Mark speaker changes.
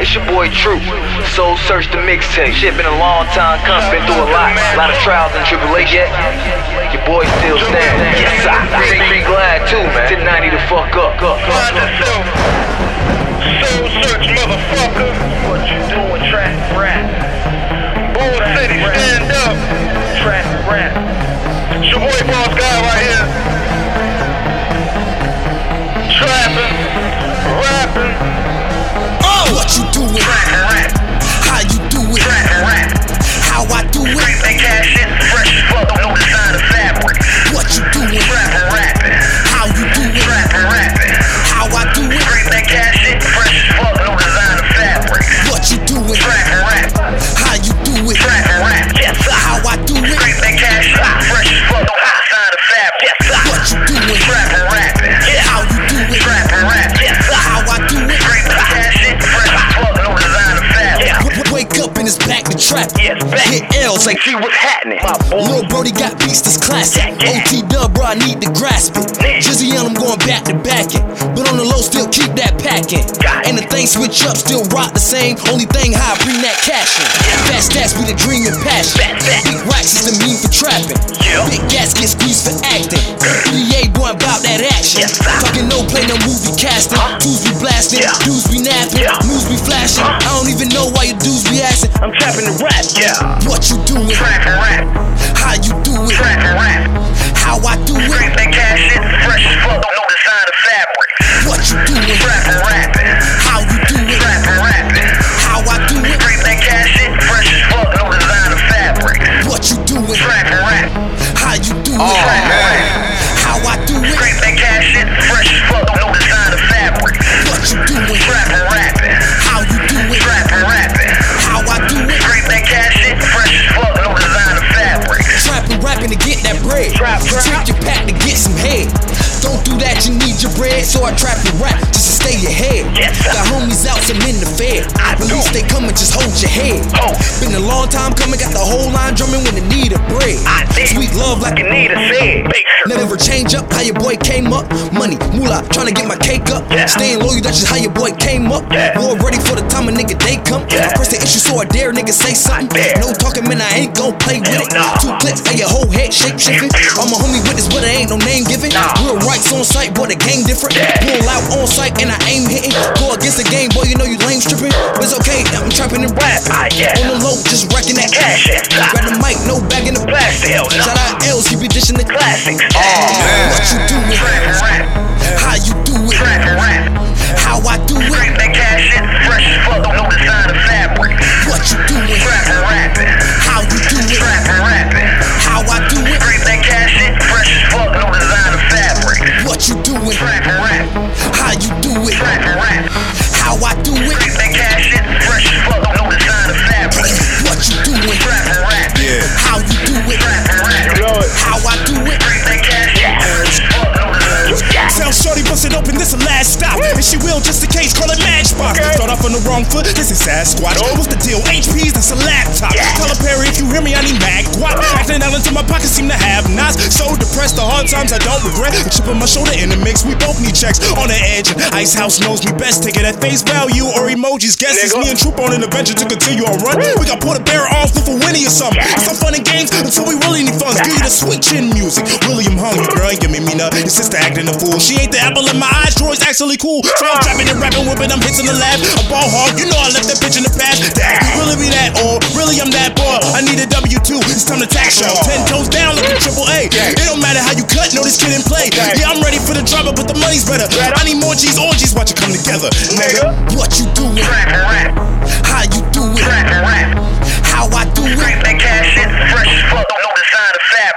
Speaker 1: it's your boy True. Soul Search the mixtape. Shit been a long time coming, been through a lot. A lot of trials and tribulations. Your boy still standing. Yes, I. Be, be glad too, man. 1090 to fuck up. up, up,
Speaker 2: Find
Speaker 1: up.
Speaker 2: yourself. Soul search, motherfucker.
Speaker 3: What you doing, trap rap?
Speaker 2: Bull City, stand up.
Speaker 3: Trap rap.
Speaker 2: It's your boy Boss Guy right here. Trapping, rapping,
Speaker 4: Oh! What you do it,
Speaker 2: rap,
Speaker 4: how you do it,
Speaker 2: rap.
Speaker 4: how I do it,
Speaker 2: Creep and cash in, fresh as fuck, no design of fabric.
Speaker 4: what you do it,
Speaker 2: Trapping, rapping,
Speaker 4: how you do it,
Speaker 2: trapping, rapping.
Speaker 4: how I do it,
Speaker 2: Creep and cash in, fresh as fuck, no design of fabric.
Speaker 4: what you do it,
Speaker 2: Trapping, rap,
Speaker 4: how you do it,
Speaker 2: trapping, rap. Yes, sir.
Speaker 4: how I do it,
Speaker 2: Creep and cash in, fresh as fuck, no outside of fabric. Yes, sir.
Speaker 4: what you do it,
Speaker 2: Trapping, rapping, yeah.
Speaker 4: how you do it,
Speaker 2: Trapping, rap, yes, sir.
Speaker 4: how I do it.
Speaker 2: Creep and cash in, fresh as fuck, no design of fabric.
Speaker 4: W- w- Wake up and it's back to trap.
Speaker 2: Yes, back.
Speaker 4: Hit L's like
Speaker 2: See what's happening, my boy.
Speaker 4: Lil Brody got beats this classic.
Speaker 2: Yeah, yeah.
Speaker 4: OT dub, bro, I need to grasp it.
Speaker 2: Yeah.
Speaker 4: Jizzy and I'm going back to back it. But on the low, still keep that packing.
Speaker 2: Got it.
Speaker 4: And the thing switch up, still rock the same. Only thing high, bring that cash in. Fast stats be the dream and passion.
Speaker 2: Fat, fat.
Speaker 4: Big racks is the mean for trapping.
Speaker 2: Yeah.
Speaker 4: Big gas get squeezed for acting. E 3A going about that action.
Speaker 2: Yes, sir.
Speaker 4: Talking no play, no movie casting.
Speaker 2: Huh?
Speaker 4: Dudes be blasting,
Speaker 2: Yeah.
Speaker 4: dudes be napping,
Speaker 2: Yeah. Uh-huh.
Speaker 4: news be flashing.
Speaker 2: Huh?
Speaker 4: I don't even know why your dudes be asking. I'm trapping the rap.
Speaker 2: Yeah.
Speaker 4: What you doing?
Speaker 2: Trapping, rap,
Speaker 4: How you do it?
Speaker 2: trapping, rap.
Speaker 4: How I do it?
Speaker 2: Creep and cash in, fresh as fuck, no design of fabric.
Speaker 4: What you do it?
Speaker 2: Trapping, rapping,
Speaker 4: How you do it?
Speaker 2: trapping, rapping.
Speaker 4: How I do it?
Speaker 2: Creep and cash in, fresh as fuck, no design of fabric.
Speaker 4: What you do it?
Speaker 2: Trapping, rap,
Speaker 4: How you do
Speaker 5: Oh
Speaker 4: it?
Speaker 5: man,
Speaker 4: How I do it?
Speaker 2: creep and cash in, fresh as fuck, no design of fabric.
Speaker 4: What you do it?
Speaker 2: Trapping, rapping,
Speaker 4: How you do it?
Speaker 2: trapping, rapping.
Speaker 4: How I do it?
Speaker 2: Creep and cash in, fresh as fuck, no design of fabric.
Speaker 4: Trapping, rapping to get that bread.
Speaker 2: Trap,
Speaker 4: You
Speaker 2: trap.
Speaker 4: Take your pack to get some head. Don't do that, you need your bread. So I trap and rap just to stay ahead.
Speaker 2: Yes, sir.
Speaker 4: Got homies out, some in the fed. At least they coming, just hold your head.
Speaker 2: Ho.
Speaker 4: Been a long time coming, got the whole line drumming when they need a bread.
Speaker 2: I did.
Speaker 4: Sweet love like
Speaker 2: You need a said, picture.
Speaker 4: Now never change up how your boy came up. Money, moolah, tryna get my cake up.
Speaker 2: Yeah.
Speaker 4: Staying loyal, that's just how your boy came up.
Speaker 2: Yeah.
Speaker 4: War ready for the time a nigga they come.
Speaker 2: Yeah.
Speaker 4: I press the issue so I dare nigga say something.
Speaker 2: dare.
Speaker 4: No talking, man, I ain't gon' play with
Speaker 2: Hell
Speaker 4: it.
Speaker 2: nah.
Speaker 4: Two clips, hey, your whole head shake shaking. I'm a homie witness, but I ain't no name giving.
Speaker 2: Nah.
Speaker 4: Real rights on site, boy, the game different.
Speaker 2: Yeah.
Speaker 4: Pull out on site and I aim hitting. Go against the game, boy, you know you lame stripping. But it's okay, I'm trapping and rap.
Speaker 2: Ah, yeah.
Speaker 4: On the low, just racking that
Speaker 2: Cash, yeah.
Speaker 4: Grab the mic, no bag in the
Speaker 2: Blast the hell,
Speaker 4: Shout
Speaker 2: nah. Ah,
Speaker 4: out L's, keep it dishing the
Speaker 2: Classics.
Speaker 5: oh man.
Speaker 4: what you do it,
Speaker 2: Trapping, rap,
Speaker 4: how you do it,
Speaker 2: trapping, rap.
Speaker 4: how I do
Speaker 2: Creep
Speaker 4: it,
Speaker 2: that cash in, fresh as fuck, no design of fabric.
Speaker 4: what you do it,
Speaker 2: Trappin', rappin',
Speaker 4: how you do it,
Speaker 2: trappin', rappin'.
Speaker 4: how I do it,
Speaker 2: Creep that cash in, fresh as fuck, no design of fabric.
Speaker 4: what you do it,
Speaker 2: Trappin', rap,
Speaker 4: how you do it,
Speaker 2: trappin', rap.
Speaker 4: how I do it,
Speaker 2: Creep that cash in, fresh as fuck, no design of fabric.
Speaker 4: what you do it,
Speaker 2: Trappin', rap,
Speaker 5: Yeah,
Speaker 4: how you do it,
Speaker 2: trappin', rap.
Speaker 4: how I do it.
Speaker 2: Creep that cash in, fresh as fuck, no design of fabric.
Speaker 6: Sound shorty bust it open, this a last stop. And she will just in case, call it matchbox. Start off on the wrong foot, this is Sasquatch. What's the deal? HPs, that's a laptop. Tell her Perry if you hear me, I need mag guap. Acting out into my pocket, seem to have knots. So depressed, the hard times I don't regret. A chip on my shoulder in the mix, we both need checks. On the edge, Ice House knows me best. Take it at face value or emojis. Guess it's me and Troop on an adventure to continue our run. We got Porter Bear off with a Winnie or something. It's some fun and games until we really need funds. Give you the sweet chin music. William Hung, your girl, you made me nut. Your sister acting a fool. She ain't the apple in my eyes, Troy's actually cool. So I'm trapping and rapping, whipping, I'm hits in the lab. A ball hog, you know I left that bitch in the past. Dad, you really be that, or really I'm that boy. I need a W 2, it's time to tax show. Ten toes down, look at triple A. It don't matter how you cut, no, this kid in play. Yeah, I'm ready for the drama, but the money's better. I need more G's, orgies, watch it come together. Nigga.
Speaker 4: What you do it,
Speaker 2: Trappin', rap,